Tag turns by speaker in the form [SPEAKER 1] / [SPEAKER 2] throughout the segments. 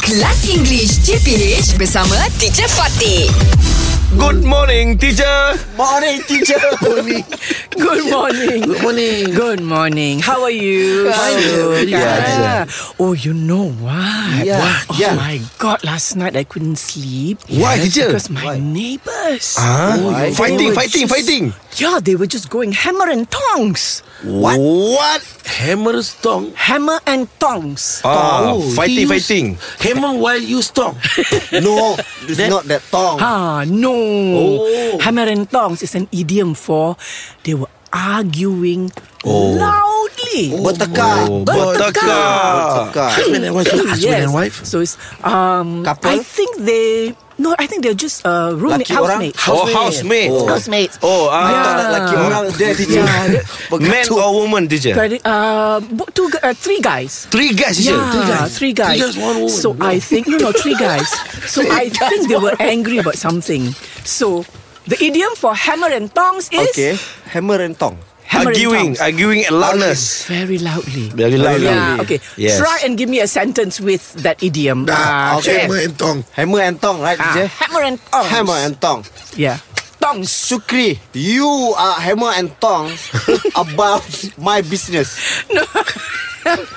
[SPEAKER 1] Kelas English CPH bersama Teacher Fatih.
[SPEAKER 2] Good morning, teacher.
[SPEAKER 3] Morning teacher Morning
[SPEAKER 4] Good morning.
[SPEAKER 3] Good morning
[SPEAKER 4] Good morning. How are you?
[SPEAKER 3] Fine. Very good.
[SPEAKER 4] Yeah. Oh, you know what?
[SPEAKER 3] Yeah.
[SPEAKER 4] What? Oh
[SPEAKER 3] Yeah.
[SPEAKER 4] my God! Last night I couldn't sleep.
[SPEAKER 2] Why, teacher?
[SPEAKER 4] Because my neighbors.
[SPEAKER 2] Ah,
[SPEAKER 3] Why?
[SPEAKER 2] fighting,
[SPEAKER 4] They were
[SPEAKER 2] fighting,
[SPEAKER 4] just-
[SPEAKER 2] fighting.
[SPEAKER 4] Yeah, they were just going hammer and tongs.
[SPEAKER 2] What? What?
[SPEAKER 3] Hammer strong
[SPEAKER 4] Hammer and tongs.
[SPEAKER 2] Ah, fighting,
[SPEAKER 3] he use
[SPEAKER 2] fighting.
[SPEAKER 3] Hammer while you strong No It's not that tong
[SPEAKER 4] Ah, no.
[SPEAKER 3] Oh.
[SPEAKER 4] Hammer and tongs is an idiom for they were arguing loudly.
[SPEAKER 3] Bertekar
[SPEAKER 2] Oh,
[SPEAKER 4] Bertekar.
[SPEAKER 2] bertekar.
[SPEAKER 3] Bertekar Husband and wife
[SPEAKER 4] yes. So it's um
[SPEAKER 3] Couple?
[SPEAKER 4] I think they no, I think they're just uh roommate
[SPEAKER 3] Laki orang
[SPEAKER 4] housemate.
[SPEAKER 2] Oh, housemate.
[SPEAKER 3] Oh.
[SPEAKER 4] Housemates.
[SPEAKER 2] Oh, ah.
[SPEAKER 3] Tak nak lelaki orang Dia teacher
[SPEAKER 4] Yeah.
[SPEAKER 2] Man or woman, teacher?
[SPEAKER 4] Correct. Uh, bo- two, gu- uh, three guys.
[SPEAKER 2] Three guys, teacher.
[SPEAKER 4] Yeah,
[SPEAKER 2] Three guys.
[SPEAKER 4] three guys.
[SPEAKER 3] Three guys, one woman.
[SPEAKER 4] So I think no, no, three guys. So I think they were angry about something. So the idiom for hammer and tongs is
[SPEAKER 3] Okay Hammer and tong
[SPEAKER 4] hammer
[SPEAKER 2] arguing,
[SPEAKER 4] and tongs.
[SPEAKER 2] arguing at loudness.
[SPEAKER 4] Very loudly.
[SPEAKER 2] Very loudly.
[SPEAKER 4] Yeah. Okay.
[SPEAKER 2] Yes.
[SPEAKER 4] Try and give me a sentence with that idiom. Ah,
[SPEAKER 3] okay.
[SPEAKER 5] Hammer and tong
[SPEAKER 3] Hammer and tong right
[SPEAKER 4] Ah,
[SPEAKER 3] teacher
[SPEAKER 4] hammer and tongs.
[SPEAKER 3] Hammer and tong
[SPEAKER 4] Yeah. Tongs.
[SPEAKER 3] Sukri You are hammer and tong About my business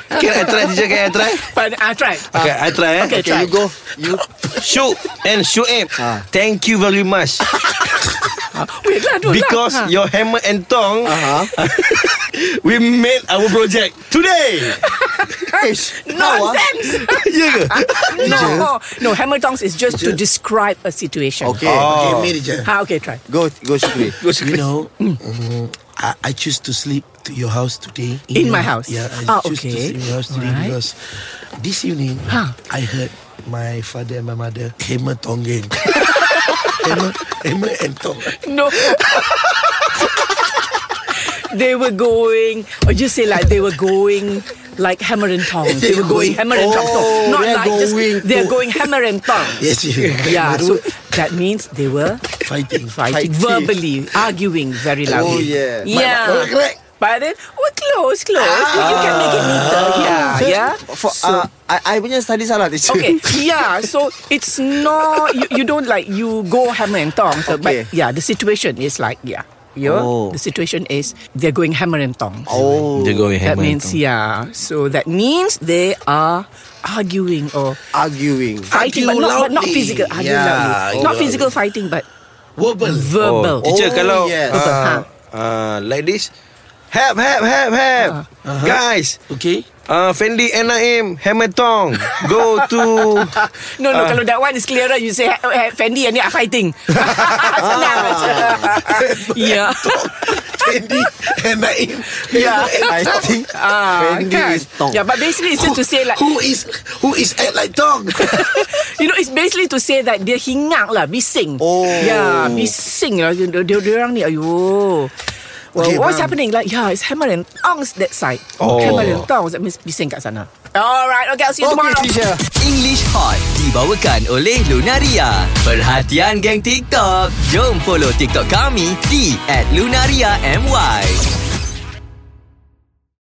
[SPEAKER 2] Can I try, teacher? Can I try?
[SPEAKER 4] But I tried.
[SPEAKER 2] Okay, I try. Eh?
[SPEAKER 4] Okay.
[SPEAKER 3] Okay you go You
[SPEAKER 2] Shoot and shoot it.
[SPEAKER 3] Ah.
[SPEAKER 2] Thank you very much.
[SPEAKER 4] Wait lah, do
[SPEAKER 2] Because
[SPEAKER 4] lah.
[SPEAKER 2] your hammer and tong,
[SPEAKER 3] Uh-huh.
[SPEAKER 2] we made our project today.
[SPEAKER 3] Ish how, ah?
[SPEAKER 4] Nonsense!
[SPEAKER 2] yeah. ke?
[SPEAKER 4] no, no, hammer tongs is just to describe a situation.
[SPEAKER 3] Okay
[SPEAKER 5] Okay
[SPEAKER 2] Oh.
[SPEAKER 5] me teacher
[SPEAKER 4] Ah, okay, try.
[SPEAKER 3] Go go Sukri
[SPEAKER 5] You know mm, I, I choose to sleep to your house today
[SPEAKER 4] In my
[SPEAKER 5] your-
[SPEAKER 4] house?
[SPEAKER 5] Yeah
[SPEAKER 4] Ah,
[SPEAKER 5] I choose to
[SPEAKER 4] okay.
[SPEAKER 5] sleep in your house today
[SPEAKER 4] Alright.
[SPEAKER 5] Because This evening
[SPEAKER 4] Huh.
[SPEAKER 5] I heard My father and my mother Hammer tong game Hammer, hammer and tong
[SPEAKER 4] No. they were going, or just say like they were going like hammer and tongs. They were going hammer and tongs.
[SPEAKER 3] Oh,
[SPEAKER 4] Not
[SPEAKER 3] they're
[SPEAKER 4] like
[SPEAKER 3] going
[SPEAKER 4] just, they're
[SPEAKER 5] to-
[SPEAKER 4] going hammer and tongs.
[SPEAKER 5] Yes you
[SPEAKER 4] Yeah, so that means they were
[SPEAKER 5] Fighting
[SPEAKER 4] fighting,
[SPEAKER 3] Fighting.
[SPEAKER 4] verbally, arguing very loudly.
[SPEAKER 3] yeah.
[SPEAKER 4] Yeah.
[SPEAKER 5] Correct
[SPEAKER 4] But then, we're close, close. You can make it neater.
[SPEAKER 3] Ah.
[SPEAKER 4] Yeah, yeah.
[SPEAKER 3] Uh, For, uh, I, I punya study salah teacher
[SPEAKER 4] Okay, yeah. So it's not you, you don't like you go hammer and tongs, uh,
[SPEAKER 3] Okay.
[SPEAKER 4] but yeah, the situation is like yeah, you
[SPEAKER 3] Oh.
[SPEAKER 4] the situation is they're going hammer and tongs.
[SPEAKER 3] Oh
[SPEAKER 2] They go with
[SPEAKER 4] that
[SPEAKER 2] hammer and
[SPEAKER 4] means
[SPEAKER 2] tong.
[SPEAKER 4] yeah. So that means they are arguing or
[SPEAKER 3] Arguing
[SPEAKER 4] fighting, but
[SPEAKER 5] Argue
[SPEAKER 4] not, but not
[SPEAKER 5] loudly.
[SPEAKER 4] physical. Arguing
[SPEAKER 3] Yeah,
[SPEAKER 4] loudly.
[SPEAKER 3] argue
[SPEAKER 4] Not physical fighting, but
[SPEAKER 5] Verbal
[SPEAKER 4] verbal.
[SPEAKER 2] Oh, teacher
[SPEAKER 3] Oh,
[SPEAKER 2] kalau
[SPEAKER 3] yes.
[SPEAKER 2] uh, uh, like this, help, help, help, help, guys.
[SPEAKER 5] Okay
[SPEAKER 2] Uh, Fendi NIM Hamilton Go to
[SPEAKER 4] No, no. kalau that one is clearer, you say "Eh, eh, Fendi and they are fighting. Senang. yeah.
[SPEAKER 5] Fendi and Naim
[SPEAKER 4] Yeah.
[SPEAKER 3] I think
[SPEAKER 4] Ah,
[SPEAKER 3] Fendi
[SPEAKER 4] kan?
[SPEAKER 3] is tong
[SPEAKER 4] Yeah, but basically it's just to say like
[SPEAKER 5] Who is Who is act like tong
[SPEAKER 4] You know, it's basically to say that dia hingang lah, bising.
[SPEAKER 3] Oh.
[SPEAKER 4] Yeah, bising lah. Dia, dia, dia orang ni, ayuh. Well,
[SPEAKER 5] Okay,
[SPEAKER 4] what's
[SPEAKER 5] faham.
[SPEAKER 4] happening? Like, yeah, it's hammer and tongs that side.
[SPEAKER 2] Oh.
[SPEAKER 4] Hammer and tongs, that means bising kat sana. Alright, okay, I'll see you
[SPEAKER 3] Okay
[SPEAKER 4] tomorrow.
[SPEAKER 3] teacher
[SPEAKER 6] English Hot dibawakan oleh Lunaria. Perhatian geng TikTok. Jom follow TikTok kami di @lunariamy.